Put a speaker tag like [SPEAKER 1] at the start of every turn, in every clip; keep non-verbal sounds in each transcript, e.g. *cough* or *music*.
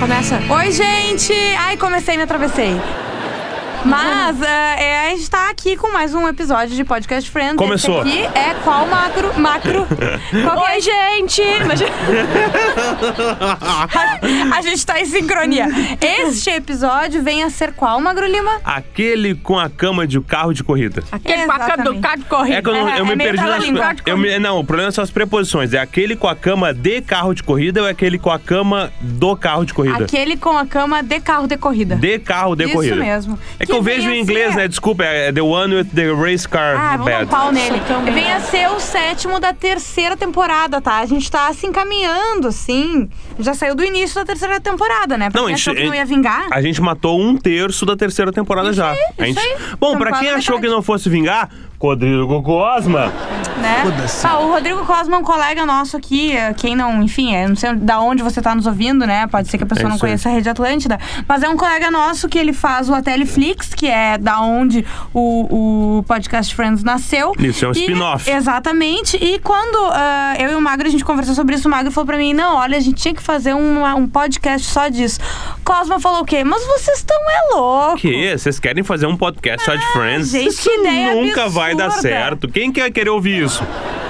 [SPEAKER 1] Começa. Oi, gente! Ai, comecei, me atravessei. Mas ah, é, a gente tá aqui com mais um episódio de Podcast Friends.
[SPEAKER 2] Começou.
[SPEAKER 1] Esse aqui é qual macro?
[SPEAKER 2] *laughs*
[SPEAKER 1] Macro. Qual que é?
[SPEAKER 3] Oi, gente! Imagina-
[SPEAKER 1] *laughs* A gente tá em sincronia. Este episódio vem a ser qual, Magro Lima?
[SPEAKER 2] *laughs* Aquele com a cama de carro de corrida.
[SPEAKER 3] Aquele paca do
[SPEAKER 1] Exatamente.
[SPEAKER 3] carro de corrida.
[SPEAKER 2] É que eu, não-
[SPEAKER 3] É, é
[SPEAKER 2] eu me
[SPEAKER 3] meio
[SPEAKER 2] perdi nas.
[SPEAKER 3] trava-língua. Carro de
[SPEAKER 2] Eu me, não, o problema são as preposições. É aquele com a cama de carro de corrida ou é aquele com a cama do carro de corrida?
[SPEAKER 1] Aquele com a cama de carro de corrida.
[SPEAKER 2] De carro de
[SPEAKER 1] Isso
[SPEAKER 2] corrida.
[SPEAKER 1] mesmo.
[SPEAKER 2] É que, eu
[SPEAKER 1] Que
[SPEAKER 2] vejo
[SPEAKER 1] venha
[SPEAKER 2] em inglês,
[SPEAKER 1] ser-
[SPEAKER 2] né? Desculpa, é The One with the Race Car
[SPEAKER 1] Ah, vamos dar um
[SPEAKER 2] Bed.
[SPEAKER 1] pau nele.
[SPEAKER 3] Isso também.
[SPEAKER 1] Vem a ser o sétimo da terceira temporada, tá? A gente tá se encaminhando, assim. Já saiu do início da terceira temporada, né? Porque
[SPEAKER 2] Não, isso-
[SPEAKER 1] achou que não
[SPEAKER 2] é-
[SPEAKER 1] ia vingar.
[SPEAKER 2] A gente matou um terço da terceira temporada já.
[SPEAKER 1] aí,
[SPEAKER 2] a gente...
[SPEAKER 1] isso aí.
[SPEAKER 2] Bom,
[SPEAKER 1] Então,
[SPEAKER 2] pra quem
[SPEAKER 1] quase
[SPEAKER 2] achou
[SPEAKER 1] metade.
[SPEAKER 2] que não fosse vingar, Rodrigo Cosma.
[SPEAKER 1] né? Ah, o Rodrigo Cosma é um colega nosso aqui, eh, quem não, enfim, é, não sei da onde você tá nos ouvindo, né? Pode ser que a pessoa
[SPEAKER 2] É
[SPEAKER 1] não
[SPEAKER 2] isso aí.
[SPEAKER 1] conheça a Rede Atlântida, mas é um colega nosso que ele faz o Ateliflix, que é da onde o, o podcast Friends nasceu.
[SPEAKER 2] Isso, é um
[SPEAKER 1] E-
[SPEAKER 2] spin-off.
[SPEAKER 1] Exatamente, e quando ah, eu e o Magro, a gente conversou sobre isso, o Magro falou pra mim, não, olha, a gente tinha que fazer uma- um podcast só disso. Cosma falou o quê? Mas vocês estão é louco.
[SPEAKER 2] Que? Vocês querem fazer um podcast só de
[SPEAKER 3] Ah,
[SPEAKER 2] Friends?
[SPEAKER 1] gente,
[SPEAKER 2] isso
[SPEAKER 1] que ideia
[SPEAKER 2] nunca vai dar
[SPEAKER 1] absurda.
[SPEAKER 2] certo. Quem quer querer ouvir isso?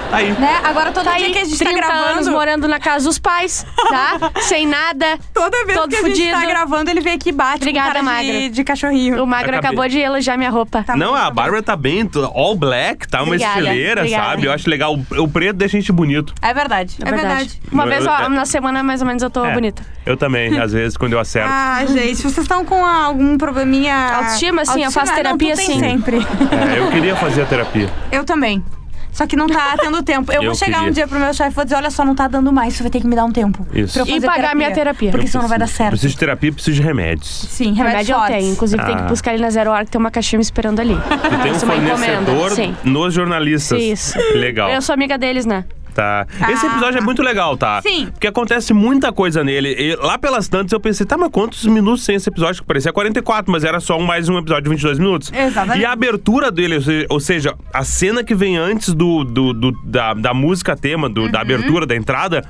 [SPEAKER 2] Aí.
[SPEAKER 1] Né? Agora todo
[SPEAKER 3] Tá
[SPEAKER 1] dia
[SPEAKER 3] aí,
[SPEAKER 1] que a gente
[SPEAKER 3] 30
[SPEAKER 1] tá
[SPEAKER 3] anos
[SPEAKER 1] gravando...
[SPEAKER 3] morando na casa dos pais,
[SPEAKER 1] *laughs*
[SPEAKER 3] tá? Sem nada.
[SPEAKER 1] Toda vez
[SPEAKER 3] Todo
[SPEAKER 1] que a gente tá
[SPEAKER 3] fudido.
[SPEAKER 1] gravando, ele vem aqui e bate
[SPEAKER 3] Obrigada,
[SPEAKER 1] com cara de,
[SPEAKER 3] Magro.
[SPEAKER 1] de cachorrinho.
[SPEAKER 3] O Magro
[SPEAKER 2] Acabei.
[SPEAKER 3] acabou de elogiar minha roupa.
[SPEAKER 1] Tá
[SPEAKER 2] Não,
[SPEAKER 1] bom,
[SPEAKER 2] a
[SPEAKER 1] tá bom.
[SPEAKER 2] Bárbara tá bem, t- all black, tá uma
[SPEAKER 3] Obrigada,
[SPEAKER 2] estileira,
[SPEAKER 3] obrigada.
[SPEAKER 2] sabe? Eu acho legal. O o preto deixa a gente bonito.
[SPEAKER 1] É verdade, é, verdade.
[SPEAKER 3] Uma
[SPEAKER 2] Eu-
[SPEAKER 3] vez
[SPEAKER 2] eu-
[SPEAKER 3] ó, na semana, mais ou menos, eu tô
[SPEAKER 2] É,
[SPEAKER 3] bonita.
[SPEAKER 2] Eu também, às vezes, quando eu acerto.
[SPEAKER 1] Ah, gente, vocês estão com algum probleminha...
[SPEAKER 3] Autoestima, sim, eu faço
[SPEAKER 1] Autoestima?
[SPEAKER 3] terapia,
[SPEAKER 1] não, tu tem
[SPEAKER 3] sim.
[SPEAKER 1] sempre.
[SPEAKER 2] É, eu queria fazer a terapia.
[SPEAKER 1] Eu também. Só que não
[SPEAKER 3] *laughs*
[SPEAKER 1] tá tendo tempo. Eu,
[SPEAKER 2] Eu
[SPEAKER 1] vou chegar
[SPEAKER 2] queria.
[SPEAKER 1] um dia pro meu chefe e vou dizer, olha só, não tá dando mais, você vai ter que me dar um tempo.
[SPEAKER 2] Isso.
[SPEAKER 1] pra eu
[SPEAKER 2] E
[SPEAKER 1] fazer
[SPEAKER 3] pagar minha terapia.
[SPEAKER 1] Porque
[SPEAKER 2] Eu
[SPEAKER 1] senão não vai dar
[SPEAKER 2] preciso-
[SPEAKER 1] certo.
[SPEAKER 2] Preciso de terapia e preciso de
[SPEAKER 3] *laughs*
[SPEAKER 2] remédios.
[SPEAKER 1] Sim,
[SPEAKER 3] Na
[SPEAKER 1] remédio
[SPEAKER 3] verdade, eu tenho. Inclusive, tem que
[SPEAKER 2] Ah.
[SPEAKER 3] buscar ele na zero hora, que tem uma caixinha me esperando ali.
[SPEAKER 2] Tu tem um
[SPEAKER 3] Isso é uma encomenda,
[SPEAKER 2] fornecedor
[SPEAKER 3] sim.
[SPEAKER 2] nos jornalistas.
[SPEAKER 3] Isso.
[SPEAKER 2] Legal.
[SPEAKER 3] Eu sou amiga deles, né?
[SPEAKER 2] Tá. Esse
[SPEAKER 1] Ah.
[SPEAKER 2] episódio é muito legal, tá?
[SPEAKER 1] Sim.
[SPEAKER 2] Porque acontece muita coisa nele. E lá pelas tantas eu pensei, tá, mas quantos minutos tem esse episódio? Que parecia 44, mas era só um- mais um episódio de 22 minutos.
[SPEAKER 1] Exatamente.
[SPEAKER 2] E a abertura dele, ou se- ou seja, a cena que vem antes do, do- do- da, da música tema, do-
[SPEAKER 1] Uhum.
[SPEAKER 2] da abertura, da entrada,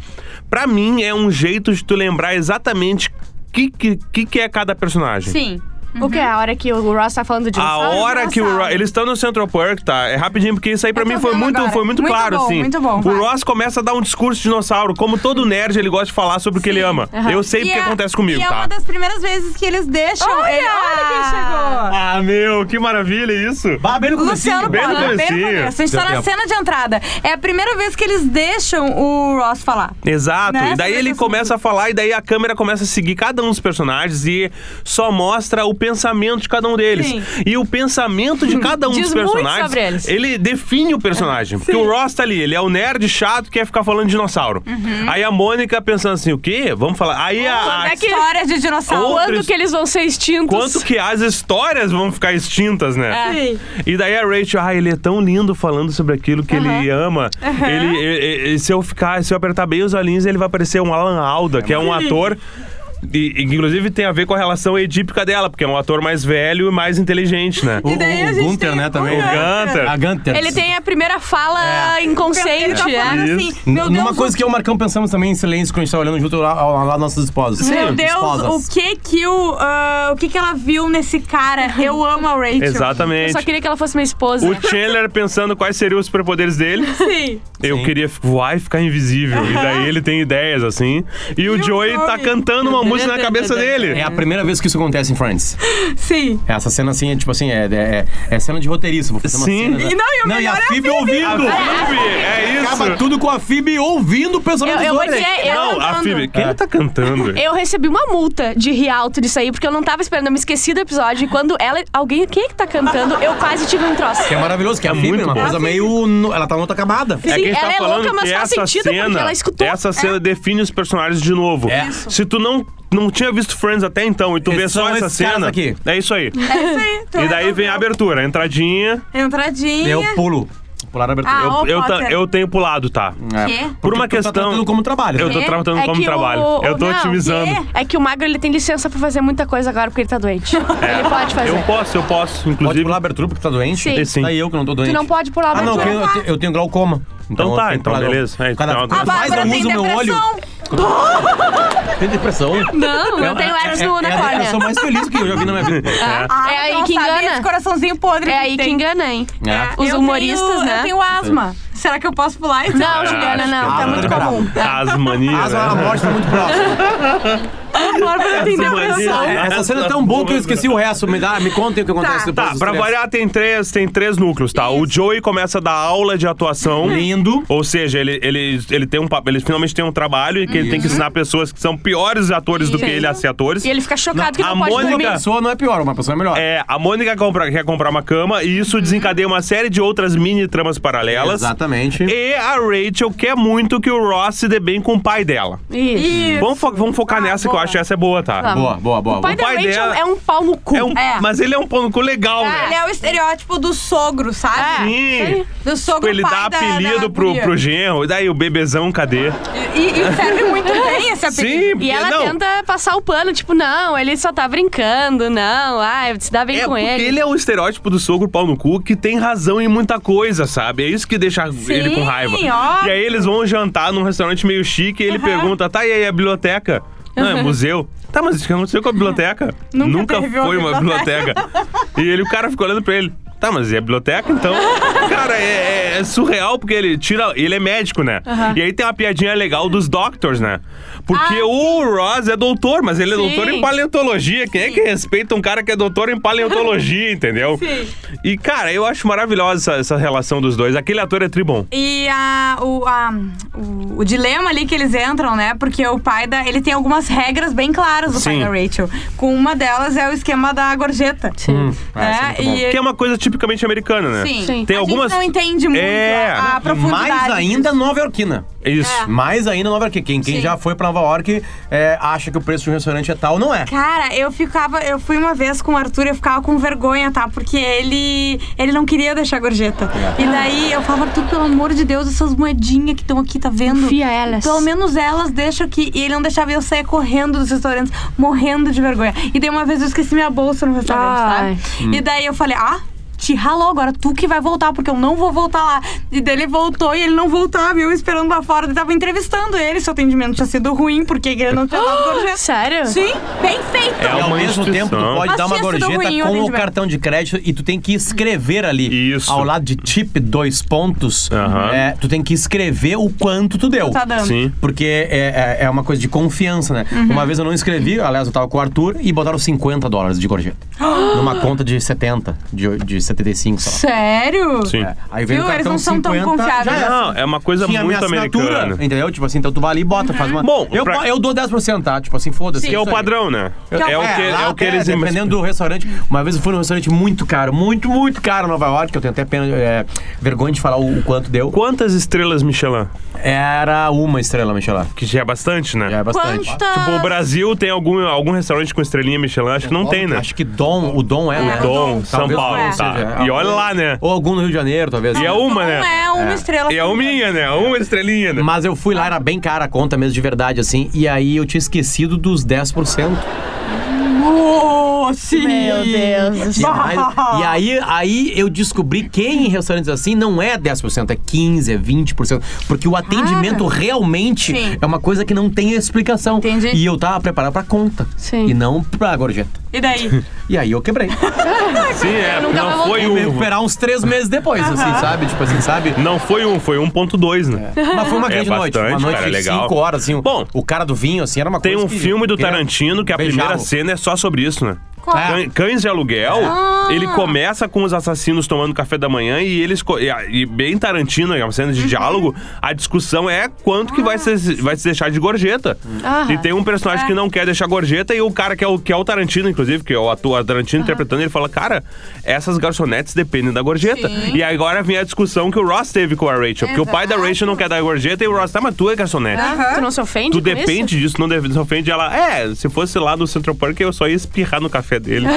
[SPEAKER 2] pra mim é um jeito de tu lembrar exatamente o que, que, que que é cada personagem.
[SPEAKER 1] Sim.
[SPEAKER 3] O que? A hora que o Ross tá falando de
[SPEAKER 2] A hora que o Ross. Eles estão no Central Park, tá? É rapidinho, porque isso aí pra
[SPEAKER 1] Eu tô
[SPEAKER 2] mim foi
[SPEAKER 1] vendo
[SPEAKER 2] muito,
[SPEAKER 1] Então agora.
[SPEAKER 2] foi muito,
[SPEAKER 1] Muito
[SPEAKER 2] claro,
[SPEAKER 1] bom,
[SPEAKER 2] assim.
[SPEAKER 1] muito bom, vai.
[SPEAKER 2] o Ross começa a dar um discurso de dinossauro. Como todo nerd, ele gosta de falar sobre o que ele ama. Eu sei o
[SPEAKER 1] E
[SPEAKER 2] que
[SPEAKER 1] é-
[SPEAKER 2] acontece comigo,
[SPEAKER 1] e é
[SPEAKER 2] tá?
[SPEAKER 1] uma das primeiras vezes que eles deixam...
[SPEAKER 3] Olha,
[SPEAKER 1] ele-
[SPEAKER 3] olha quem chegou.
[SPEAKER 2] Ah, meu, que maravilha isso!
[SPEAKER 4] Vá bem no comecinho.
[SPEAKER 1] Luciano
[SPEAKER 2] Bem no
[SPEAKER 1] Potter, bem no
[SPEAKER 2] comecinho.
[SPEAKER 1] começo. A gente
[SPEAKER 4] Deu
[SPEAKER 1] tá na
[SPEAKER 4] tempo.
[SPEAKER 1] cena de entrada. É a primeira vez que eles deixam o Ross falar.
[SPEAKER 2] Exato.
[SPEAKER 1] Né?
[SPEAKER 2] E daí
[SPEAKER 1] Sobre
[SPEAKER 2] ele
[SPEAKER 1] esse
[SPEAKER 2] começa a falar, e daí a câmera começa a seguir cada um dos personagens e só mostra o pensamento de cada um deles.
[SPEAKER 1] Sim.
[SPEAKER 2] E o pensamento de
[SPEAKER 3] *laughs*
[SPEAKER 2] cada um
[SPEAKER 3] Diz
[SPEAKER 2] dos
[SPEAKER 3] muito
[SPEAKER 2] personagens.
[SPEAKER 3] sobre eles.
[SPEAKER 2] Ele define o personagem. Porque o Ross tá ali, ele é o nerd chato que quer ficar falando de dinossauro. Aí a Mônica pensando assim: o quê? Vamos falar. Aí a.
[SPEAKER 3] Quando Uhum. é
[SPEAKER 2] a
[SPEAKER 3] que-
[SPEAKER 1] História de dinossauro.
[SPEAKER 2] Outro-
[SPEAKER 3] Quando que eles vão ser extintos?
[SPEAKER 2] Quanto que as histórias vão ficar extintas, né?
[SPEAKER 1] Sim.
[SPEAKER 2] E daí a Rachel, ah, ele é tão lindo falando sobre aquilo que ele ama. Ele, e- e- e se eu ficar, se eu apertar bem os olhinhos, ele vai parecer um Alan Alda, que é um ator. E, e que, inclusive tem a ver com a relação edípica dela, porque é um ator mais velho e mais inteligente, né?
[SPEAKER 4] O,
[SPEAKER 1] daí a
[SPEAKER 4] o
[SPEAKER 1] gente
[SPEAKER 4] Gunther,
[SPEAKER 1] tem
[SPEAKER 4] né,
[SPEAKER 1] o
[SPEAKER 4] também.
[SPEAKER 2] O Gunter.
[SPEAKER 4] A Gunther.
[SPEAKER 2] é?
[SPEAKER 3] Ele tem a primeira fala
[SPEAKER 1] Ele tá
[SPEAKER 3] inconsciente,
[SPEAKER 1] falando
[SPEAKER 3] é.
[SPEAKER 1] assim,
[SPEAKER 2] Isso.
[SPEAKER 1] meu Deus,
[SPEAKER 4] Uma coisa que eu e o Marcão pensamos também em silêncio quando a gente tá olhando junto ao, ao lado dos nossos esposos.
[SPEAKER 1] meu Deus,
[SPEAKER 4] Esposas.
[SPEAKER 1] o que que o, ah, o que que ela viu nesse cara? Eu amo a Rachel.
[SPEAKER 3] Eu
[SPEAKER 2] Exatamente.
[SPEAKER 3] só queria que ela fosse minha esposa.
[SPEAKER 2] O Chandler pensando quais seriam os superpoderes dele.
[SPEAKER 1] Sim.
[SPEAKER 2] Eu
[SPEAKER 4] Sim.
[SPEAKER 2] queria f- voar e ficar invisível. E daí ele tem ideias, assim. E, o
[SPEAKER 1] o
[SPEAKER 2] Joey tá
[SPEAKER 1] Joey?
[SPEAKER 2] cantando uma música na cabeça dele.
[SPEAKER 4] É a primeira vez que isso acontece em Friends.
[SPEAKER 1] Sim.
[SPEAKER 4] Essa cena assim, é tipo assim, é, é, é cena de roteirista. Vou fazer uma
[SPEAKER 2] Sim.
[SPEAKER 4] cena.
[SPEAKER 2] E
[SPEAKER 1] não, e o
[SPEAKER 4] a
[SPEAKER 1] melhor é a
[SPEAKER 4] Phoebe
[SPEAKER 1] Phoebe.
[SPEAKER 4] ouvindo.
[SPEAKER 2] Phoebe, é isso.
[SPEAKER 4] Acaba tudo com a Phoebe ouvindo o pensamento
[SPEAKER 3] Eu- eu
[SPEAKER 4] dos
[SPEAKER 3] vou
[SPEAKER 4] outros.
[SPEAKER 3] dizer- eu-
[SPEAKER 2] Não, a
[SPEAKER 3] cantando.
[SPEAKER 2] Phoebe, quem
[SPEAKER 4] É.
[SPEAKER 2] tá cantando?
[SPEAKER 3] Eu recebi uma multa de rialto disso aí, porque eu não tava esperando, eu me esqueci do episódio. E quando ela. Alguém. Quem é que tá cantando? Eu quase tive um troço.
[SPEAKER 4] Que é maravilhoso, que é,
[SPEAKER 2] É
[SPEAKER 4] a Phoebe,
[SPEAKER 2] muito
[SPEAKER 4] uma
[SPEAKER 2] bom.
[SPEAKER 1] Ah,
[SPEAKER 4] coisa meio... no- Ela tá muito acabada.
[SPEAKER 2] É
[SPEAKER 3] Sim,
[SPEAKER 2] que a gente
[SPEAKER 3] ela
[SPEAKER 2] tá
[SPEAKER 3] é
[SPEAKER 2] falando
[SPEAKER 3] louca, mas
[SPEAKER 2] que
[SPEAKER 3] faz
[SPEAKER 2] essa
[SPEAKER 3] sentido, porque
[SPEAKER 2] cena,
[SPEAKER 3] ela escutou. É.
[SPEAKER 2] Essa cena define os personagens de novo.
[SPEAKER 4] É. Isso.
[SPEAKER 2] Se tu não, não tinha visto Friends até então e tu vê
[SPEAKER 4] Esses
[SPEAKER 2] só
[SPEAKER 4] são
[SPEAKER 2] essa
[SPEAKER 4] esses caras
[SPEAKER 2] cena,
[SPEAKER 4] aqui.
[SPEAKER 2] é isso aí.
[SPEAKER 1] É isso aí. tu
[SPEAKER 2] E daí vem a abertura, a entradinha.
[SPEAKER 1] Entradinha.
[SPEAKER 4] Eu pulo. Pular a abertura.
[SPEAKER 1] Ah,
[SPEAKER 4] eu...
[SPEAKER 1] ó, Ô,
[SPEAKER 2] Eu, ta-
[SPEAKER 1] Potter.
[SPEAKER 2] eu tenho pulado, tá?
[SPEAKER 1] quê?
[SPEAKER 4] Porque
[SPEAKER 2] Por uma
[SPEAKER 4] tu tá
[SPEAKER 2] questão-
[SPEAKER 4] tratando como trabalho.
[SPEAKER 2] Eu tô
[SPEAKER 3] É?
[SPEAKER 2] tratando
[SPEAKER 3] É
[SPEAKER 2] como
[SPEAKER 3] que
[SPEAKER 2] trabalho.
[SPEAKER 3] o-
[SPEAKER 2] eu tô
[SPEAKER 3] não,
[SPEAKER 2] otimizando.
[SPEAKER 1] que-
[SPEAKER 3] É que o Magro ele tem licença pra fazer muita coisa agora porque ele tá doente. Ele pode fazer.
[SPEAKER 2] Eu posso, eu posso,
[SPEAKER 4] Pode
[SPEAKER 2] inclusive.
[SPEAKER 4] pular a abertura porque tá doente?
[SPEAKER 3] Sim.
[SPEAKER 2] Sim.
[SPEAKER 4] Daí eu que não tô doente.
[SPEAKER 3] Tu não pode pular a
[SPEAKER 4] Ah, não,
[SPEAKER 3] abertura.
[SPEAKER 4] eu tenho, eu tenho glaucoma.
[SPEAKER 2] Então tá,
[SPEAKER 4] eu tenho que
[SPEAKER 2] então
[SPEAKER 4] pular
[SPEAKER 2] beleza.
[SPEAKER 4] glaucoma.
[SPEAKER 2] É,
[SPEAKER 4] Cada
[SPEAKER 2] então-
[SPEAKER 4] vez
[SPEAKER 2] A
[SPEAKER 1] Bárbara
[SPEAKER 4] mais eu
[SPEAKER 1] tem
[SPEAKER 4] um uso meu olho,
[SPEAKER 1] depressão.
[SPEAKER 4] Tem depressão?
[SPEAKER 3] Não, eu tenho herpes no, na
[SPEAKER 4] é, É a
[SPEAKER 3] córnea.
[SPEAKER 4] depressão mais feliz que eu já vi na minha vida.
[SPEAKER 1] Ah,
[SPEAKER 3] É aí
[SPEAKER 1] não
[SPEAKER 3] que
[SPEAKER 1] sabe
[SPEAKER 3] engana.
[SPEAKER 1] Esse coraçãozinho podre
[SPEAKER 3] É aí que
[SPEAKER 1] tem.
[SPEAKER 3] engana, hein?
[SPEAKER 4] *laughs* É.
[SPEAKER 3] Os
[SPEAKER 1] Eu
[SPEAKER 3] humoristas,
[SPEAKER 1] tenho-
[SPEAKER 3] né?
[SPEAKER 1] Eu tenho asma. Será que eu posso pular isso?
[SPEAKER 3] Não, Juliana, não.
[SPEAKER 4] Ah,
[SPEAKER 1] Tá muito
[SPEAKER 4] liberado.
[SPEAKER 1] comum.
[SPEAKER 2] Asmania.
[SPEAKER 4] Mas a
[SPEAKER 2] né?
[SPEAKER 4] morte tá muito próxima.
[SPEAKER 1] A Bárbara tem
[SPEAKER 2] Asmania.
[SPEAKER 1] depressão.
[SPEAKER 4] É, Essa cena é tão boa que eu esqueci o resto. Me, dá, me contem o que acontece
[SPEAKER 1] Tá.
[SPEAKER 4] depois.
[SPEAKER 2] Tá,
[SPEAKER 4] dos
[SPEAKER 2] pra
[SPEAKER 4] três.
[SPEAKER 2] variar tem três, tem três núcleos, tá? O Joey começa a dar aula de atuação.
[SPEAKER 4] Lindo.
[SPEAKER 2] Ou seja, ele, ele, ele tem um papo- ele finalmente tem um trabalho e que ele tem que ensinar pessoas que são piores atores do que
[SPEAKER 3] Isso.
[SPEAKER 2] ele a ser atores.
[SPEAKER 1] é
[SPEAKER 3] E ele fica chocado que
[SPEAKER 2] a
[SPEAKER 3] não pode
[SPEAKER 2] Mônica-
[SPEAKER 4] Uma
[SPEAKER 3] dormir.
[SPEAKER 4] pessoa não é pior, uma pessoa é melhor.
[SPEAKER 2] É, a Mônica compra- quer comprar uma cama e
[SPEAKER 1] Uhum.
[SPEAKER 2] isso desencadeia uma série de outras mini tramas paralelas.
[SPEAKER 4] Exatamente.
[SPEAKER 2] E a Rachel quer muito que o Ross se dê bem com o pai dela.
[SPEAKER 3] Isso.
[SPEAKER 1] Isso. Ah,
[SPEAKER 2] Vamos, fo- vamos focar nessa que eu
[SPEAKER 1] boa.
[SPEAKER 2] acho que essa é boa, tá?
[SPEAKER 3] Vamos.
[SPEAKER 4] Boa, boa, boa.
[SPEAKER 3] O pai,
[SPEAKER 4] boa.
[SPEAKER 2] O pai
[SPEAKER 3] da Rachel
[SPEAKER 2] dela-
[SPEAKER 3] é um pau no cu.
[SPEAKER 2] É um-
[SPEAKER 1] É.
[SPEAKER 2] Mas ele é um pão no cu legal,
[SPEAKER 1] Ele
[SPEAKER 2] né?
[SPEAKER 1] é o estereótipo do sogro, sabe?
[SPEAKER 2] Sim.
[SPEAKER 1] Do sogro
[SPEAKER 2] Tipo, ele
[SPEAKER 1] pai
[SPEAKER 2] dá
[SPEAKER 1] da-
[SPEAKER 2] apelido
[SPEAKER 1] da
[SPEAKER 2] pro,
[SPEAKER 1] né, guria. Ah,
[SPEAKER 2] pro genro, e daí o bebezão, cadê?
[SPEAKER 1] E, e serve muito bem esse apelido.
[SPEAKER 2] Sim,
[SPEAKER 3] E
[SPEAKER 2] porque
[SPEAKER 3] ela
[SPEAKER 2] não.
[SPEAKER 3] tenta passar o pano, tipo, não, ele só tá brincando, não, ah, se dá bem
[SPEAKER 2] É,
[SPEAKER 3] com
[SPEAKER 2] porque
[SPEAKER 3] ele.
[SPEAKER 2] ele é o estereótipo do sogro pau no cu que tem razão em muita coisa, sabe? É isso que deixa ele com raiva.
[SPEAKER 1] óbvio.
[SPEAKER 2] E aí eles vão jantar num restaurante meio chique e ele pergunta, tá, e aí a biblioteca? Não, é museu. Tá, mas o que aconteceu com a biblioteca?
[SPEAKER 1] Nunca teve uma
[SPEAKER 2] foi uma biblioteca. e ele, o cara ficou olhando pra ele. Tá, mas e a biblioteca, então? Cara, é, é- é surreal porque ele tira. Ele é médico, né? E aí tem uma piadinha legal dos doctors, né? Porque
[SPEAKER 1] Ah,
[SPEAKER 2] o Ross é doutor, mas ele é doutor em
[SPEAKER 3] Sim.
[SPEAKER 2] paleontologia. Quem é que respeita um cara que é doutor
[SPEAKER 1] *laughs*
[SPEAKER 2] em paleontologia, entendeu?
[SPEAKER 1] Sim.
[SPEAKER 2] E, cara, eu acho maravilhosa essa, essa relação dos dois. Aquele ator é tribom.
[SPEAKER 1] E a, o, a- o, o dilema ali que eles entram, né? Porque o pai da. Ele tem algumas regras bem claras, o
[SPEAKER 2] Sim.
[SPEAKER 1] pai da Rachel. Com uma delas é o esquema da gorjeta. Sim.
[SPEAKER 4] Ah, isso é muito bom.
[SPEAKER 1] e
[SPEAKER 2] Que Hum, é uma coisa tipicamente americana, né?
[SPEAKER 1] Sim.
[SPEAKER 3] Sim.
[SPEAKER 2] Tem
[SPEAKER 1] a
[SPEAKER 2] algumas.
[SPEAKER 1] gente não entende muito
[SPEAKER 2] É.
[SPEAKER 1] a, a
[SPEAKER 2] Não,
[SPEAKER 1] profundidade.
[SPEAKER 4] Mais ainda Nova Yorkina.
[SPEAKER 2] Isso.
[SPEAKER 4] Mais ainda Nova York. Quem, quem
[SPEAKER 1] Sim.
[SPEAKER 4] já foi pra Nova York é, acha que o preço de um restaurante é tal, não é.
[SPEAKER 1] Cara, eu ficava, eu fui uma vez com o Arthur e eu ficava com vergonha, tá? Porque ele ele não queria deixar gorjeta. E daí eu falava, Arthur, pelo amor de Deus, essas moedinhas que estão aqui, tá vendo?
[SPEAKER 3] Enfia elas.
[SPEAKER 1] Pelo menos elas deixam aqui. E ele não deixava eu sair correndo dos restaurantes, morrendo de vergonha. E daí uma vez eu esqueci minha bolsa no restaurante,
[SPEAKER 3] Ai.
[SPEAKER 1] sabe? E daí eu falei, ah. Te ralou agora, tu que vai voltar, porque eu não vou voltar lá. E daí ele voltou e ele não voltava, e eu esperando lá fora. Eu tava entrevistando ele, se o atendimento tinha sido ruim, porque ele não tinha dado gorjeta.
[SPEAKER 3] Sério?
[SPEAKER 1] Sim, bem feito.
[SPEAKER 2] É
[SPEAKER 4] e ao
[SPEAKER 2] uma
[SPEAKER 4] mesmo tempo, tu
[SPEAKER 2] instituição.
[SPEAKER 4] pode
[SPEAKER 1] Mas
[SPEAKER 4] dar uma
[SPEAKER 1] tinha sido
[SPEAKER 4] gorjeta
[SPEAKER 1] ruim o
[SPEAKER 4] com o
[SPEAKER 1] atendimento.
[SPEAKER 4] cartão de crédito e tu tem que escrever ali.
[SPEAKER 2] Isso.
[SPEAKER 4] Ao lado de tip, dois pontos,
[SPEAKER 2] Aham.
[SPEAKER 4] é, tu tem que escrever o quanto tu deu.
[SPEAKER 1] Tá dando. Uhum.
[SPEAKER 2] Sim.
[SPEAKER 4] Porque é, é, é uma coisa de confiança, né? Uma vez eu não escrevi, aliás, eu tava com o Arthur e botaram 50 dólares de
[SPEAKER 1] *gasps*
[SPEAKER 4] gorjeta. numa conta de 70, de, de 75, sei lá.
[SPEAKER 1] Sério?
[SPEAKER 2] Sim.
[SPEAKER 4] É, Aí veio o
[SPEAKER 1] Viu? Eles
[SPEAKER 4] cartão
[SPEAKER 1] não são tão
[SPEAKER 4] 50,
[SPEAKER 1] confiáveis
[SPEAKER 4] já
[SPEAKER 2] Não, é uma coisa
[SPEAKER 4] tinha
[SPEAKER 2] muito
[SPEAKER 4] minha assinatura,
[SPEAKER 2] americana. Uhum.
[SPEAKER 4] Entendeu? Tipo assim, então tu vai ali e bota, faz uma.
[SPEAKER 2] Bom,
[SPEAKER 4] eu,
[SPEAKER 2] pra-
[SPEAKER 4] eu dou 10%, tá? Tipo assim, foda-se.
[SPEAKER 2] Que é o
[SPEAKER 4] isso aí.
[SPEAKER 2] padrão, né?
[SPEAKER 4] Eu-
[SPEAKER 2] É o que,
[SPEAKER 4] lá
[SPEAKER 2] é o que
[SPEAKER 4] até,
[SPEAKER 2] eles
[SPEAKER 4] Dependendo do restaurante. Uma vez eu fui num restaurante muito caro, muito, muito caro em Nova York, que eu tenho até pena, é, vergonha de falar o, o quanto deu.
[SPEAKER 2] Quantas estrelas Michelin?
[SPEAKER 4] Era uma estrela, Michelin.
[SPEAKER 2] Que já é bastante, né?
[SPEAKER 4] Já é bastante.
[SPEAKER 1] Quantas?
[SPEAKER 2] Tipo, o Brasil tem algum, algum restaurante com estrelinha Michelin? Acho que não tem, né?
[SPEAKER 4] Acho que Dom, o Dom é, né?
[SPEAKER 2] Dom, São
[SPEAKER 4] Talvez
[SPEAKER 2] Paulo,
[SPEAKER 4] não
[SPEAKER 2] tá.
[SPEAKER 4] seja.
[SPEAKER 2] E olha lá, né?
[SPEAKER 4] Ou algum no Rio de Janeiro, talvez.
[SPEAKER 2] E é uma,
[SPEAKER 1] Não
[SPEAKER 2] né?
[SPEAKER 1] é uma estrela.
[SPEAKER 2] E é uma minha, né? Uma estrelinha, né?
[SPEAKER 4] Mas eu fui lá, era bem cara a conta mesmo, de verdade, assim. E aí eu tinha esquecido dos 10%.
[SPEAKER 1] Oh, sim.
[SPEAKER 3] Meu Deus.
[SPEAKER 4] E, mais- e aí, aí eu descobri que em restaurantes assim não é 10%, é 15%, é 20%. Porque o atendimento realmente
[SPEAKER 1] Sim.
[SPEAKER 4] é uma coisa que não tem explicação.
[SPEAKER 1] Entendi.
[SPEAKER 4] E eu tava preparado pra conta.
[SPEAKER 3] Sim.
[SPEAKER 4] E não pra gorjeta.
[SPEAKER 1] E daí?
[SPEAKER 4] E aí eu quebrei.
[SPEAKER 2] Sim, é.
[SPEAKER 3] nunca
[SPEAKER 2] Não
[SPEAKER 3] vou
[SPEAKER 2] foi
[SPEAKER 4] Fui
[SPEAKER 2] um.
[SPEAKER 4] recuperar uns três meses depois, assim, sabe? Tipo assim, sabe?
[SPEAKER 2] Não foi um, foi 1.2, né?
[SPEAKER 4] Mas foi uma
[SPEAKER 2] É
[SPEAKER 4] grande noite.
[SPEAKER 2] bastante,
[SPEAKER 4] Uma noite
[SPEAKER 2] cara,
[SPEAKER 4] de
[SPEAKER 2] legal.
[SPEAKER 4] cinco horas, assim.
[SPEAKER 2] Bom,
[SPEAKER 4] o cara do vinho, assim, era uma
[SPEAKER 2] Tem
[SPEAKER 4] coisa
[SPEAKER 2] um
[SPEAKER 4] que-
[SPEAKER 2] filme do
[SPEAKER 4] que era-
[SPEAKER 2] Tarantino que a primeira
[SPEAKER 4] beijá-lo.
[SPEAKER 2] cena é só sobre isso, né?
[SPEAKER 1] Qual?
[SPEAKER 4] É.
[SPEAKER 2] Cã- Cães de aluguel, ele começa com os assassinos tomando café da manhã e eles. co- E, a- e bem Tarantino, é uma cena de diálogo, a discussão é quanto que vai se, vai se deixar de gorjeta.
[SPEAKER 3] Aham.
[SPEAKER 2] E tem um personagem que não quer deixar gorjeta e o cara que é o, que é o Tarantino, inclusive, que é o ator Tarantino interpretando, ele fala: Cara, essas garçonetes dependem da gorjeta. E agora vem a discussão que o Ross teve com a Rachel, porque o pai da Rachel não quer dar gorjeta e o Ross tá, mas tu é garçonete.
[SPEAKER 3] Tu não se ofende?
[SPEAKER 2] Tu
[SPEAKER 3] com Ah, isso?
[SPEAKER 2] depende disso, não deve- se ofende. Ela, é, se fosse lá no Central Park, eu só ia espirrar no café dele.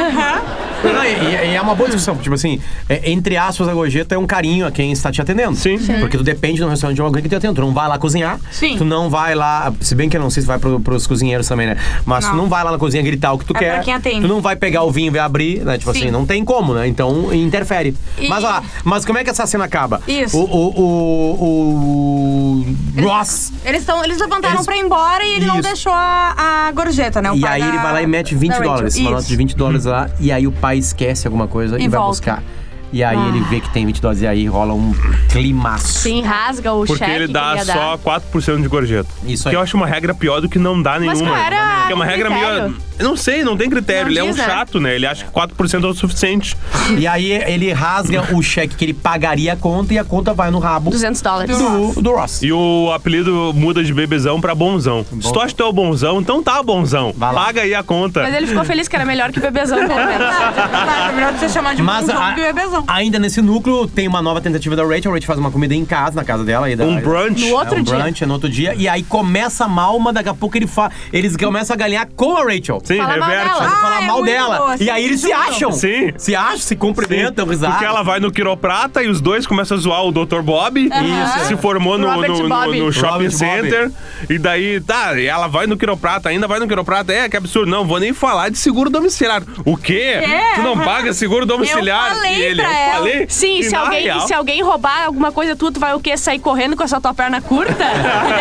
[SPEAKER 4] Não, e, e é uma boa discussão. Tipo assim, é, entre aspas, a gorjeta é um carinho a quem está te atendendo.
[SPEAKER 2] Sim. Sim.
[SPEAKER 4] Porque tu depende de um restaurante de alguém que te atende. Tu não vai lá cozinhar.
[SPEAKER 1] Sim.
[SPEAKER 4] Tu não vai lá. Se bem que eu não sei se vai pro, pros cozinheiros também, né? Mas tu
[SPEAKER 1] Não.
[SPEAKER 4] não vai lá na cozinha gritar o que tu
[SPEAKER 1] É
[SPEAKER 4] quer.
[SPEAKER 1] pra quem atende.
[SPEAKER 4] Tu não vai pegar o vinho e vai abrir, né? Tipo
[SPEAKER 1] Sim.
[SPEAKER 4] assim, não tem como, né? Então interfere. Mas ó, mas como é que essa cena acaba?
[SPEAKER 1] Isso.
[SPEAKER 4] O. O. O. o Ross.
[SPEAKER 1] Eles, tão, eles levantaram
[SPEAKER 4] Eles-
[SPEAKER 1] pra ir embora e ele não
[SPEAKER 4] Isso.
[SPEAKER 1] deixou a, a gorjeta, né? O
[SPEAKER 4] E
[SPEAKER 1] pai
[SPEAKER 4] aí
[SPEAKER 1] da-
[SPEAKER 4] ele vai lá e mete 20
[SPEAKER 1] da Rachel.
[SPEAKER 4] dólares, uma
[SPEAKER 1] Isso.
[SPEAKER 4] nota
[SPEAKER 1] *laughs*
[SPEAKER 4] de 20 dólares lá, e aí o pai esquece alguma coisa e,
[SPEAKER 1] E
[SPEAKER 4] vai
[SPEAKER 1] volta.
[SPEAKER 4] buscar. E aí ele vê que tem 20 dólares, e aí rola um climaço.
[SPEAKER 3] Sim, rasga o
[SPEAKER 2] Porque
[SPEAKER 3] cheque.
[SPEAKER 2] ele
[SPEAKER 3] que
[SPEAKER 2] dá
[SPEAKER 3] ia dar.
[SPEAKER 2] só 4% de gorjeta.
[SPEAKER 4] Isso aí.
[SPEAKER 2] Que eu acho uma regra pior do que não dar nenhuma.
[SPEAKER 3] Mas qual era
[SPEAKER 2] que é uma
[SPEAKER 3] o
[SPEAKER 2] regra
[SPEAKER 3] critério?
[SPEAKER 2] meio. Eu não sei, não tem critério.
[SPEAKER 3] Não
[SPEAKER 2] ele
[SPEAKER 3] diz,
[SPEAKER 2] é um
[SPEAKER 3] né?
[SPEAKER 2] chato, né? Ele acha que 4% é o suficiente.
[SPEAKER 4] E aí ele rasga o cheque que ele pagaria a conta e a conta vai no rabo
[SPEAKER 3] 200 dólares.
[SPEAKER 4] do, do Ross.
[SPEAKER 2] E o apelido muda de bebezão pra bonzão. Se tu acha que tu é o bonzão, então tá bonzão.
[SPEAKER 4] Vai lá.
[SPEAKER 2] Paga aí a conta.
[SPEAKER 3] Mas ele ficou feliz que era melhor que o bebezão, pelo
[SPEAKER 2] *laughs*
[SPEAKER 3] menos.
[SPEAKER 1] Claro, é melhor você chamar de
[SPEAKER 4] Mas
[SPEAKER 1] bonzão
[SPEAKER 4] a-
[SPEAKER 1] que bebezão.
[SPEAKER 4] ainda nesse núcleo tem uma nova tentativa da Rachel. A Rachel faz uma comida em casa, na casa dela. E da,
[SPEAKER 2] Um brunch.
[SPEAKER 3] No
[SPEAKER 4] É
[SPEAKER 3] outro
[SPEAKER 4] um
[SPEAKER 3] dia.
[SPEAKER 4] brunch, é no outro dia. E aí começa mal, mas daqui a pouco ele fa... eles começam a ganhar com a Rachel.
[SPEAKER 2] Sim,
[SPEAKER 3] Fala mal
[SPEAKER 2] reverte. né?
[SPEAKER 3] dela.
[SPEAKER 4] falar
[SPEAKER 1] Ah, é
[SPEAKER 4] mal
[SPEAKER 1] muito
[SPEAKER 4] dela.
[SPEAKER 1] boa, assim,
[SPEAKER 4] e aí eles se
[SPEAKER 1] juntam.
[SPEAKER 4] acham.
[SPEAKER 2] Sim.
[SPEAKER 4] Se acham, se cumprimentam, risada.
[SPEAKER 2] Porque ela vai no quiroprata e os dois começam a zoar o Dr. Bob.
[SPEAKER 4] Isso.
[SPEAKER 2] Se formou no,
[SPEAKER 3] Robert
[SPEAKER 2] no- no-
[SPEAKER 3] Bob.
[SPEAKER 2] no shopping
[SPEAKER 4] Robert Bob.
[SPEAKER 2] center. E daí, tá, e ela vai no quiroprata, ainda vai no quiroprata. É, que absurdo. Não, vou nem falar de seguro domiciliar. O quê?
[SPEAKER 1] É,
[SPEAKER 2] tu não
[SPEAKER 1] aham.
[SPEAKER 2] paga seguro domiciliar?
[SPEAKER 1] Eu falei
[SPEAKER 2] e ele,
[SPEAKER 1] pra
[SPEAKER 2] eu
[SPEAKER 1] ela.
[SPEAKER 2] falei.
[SPEAKER 3] Sim,
[SPEAKER 2] E
[SPEAKER 3] se
[SPEAKER 2] na
[SPEAKER 3] alguém,
[SPEAKER 2] real-
[SPEAKER 3] se alguém roubar alguma coisa tua, tu vai o quê? Sair correndo com essa tua perna
[SPEAKER 2] *laughs*
[SPEAKER 3] curta?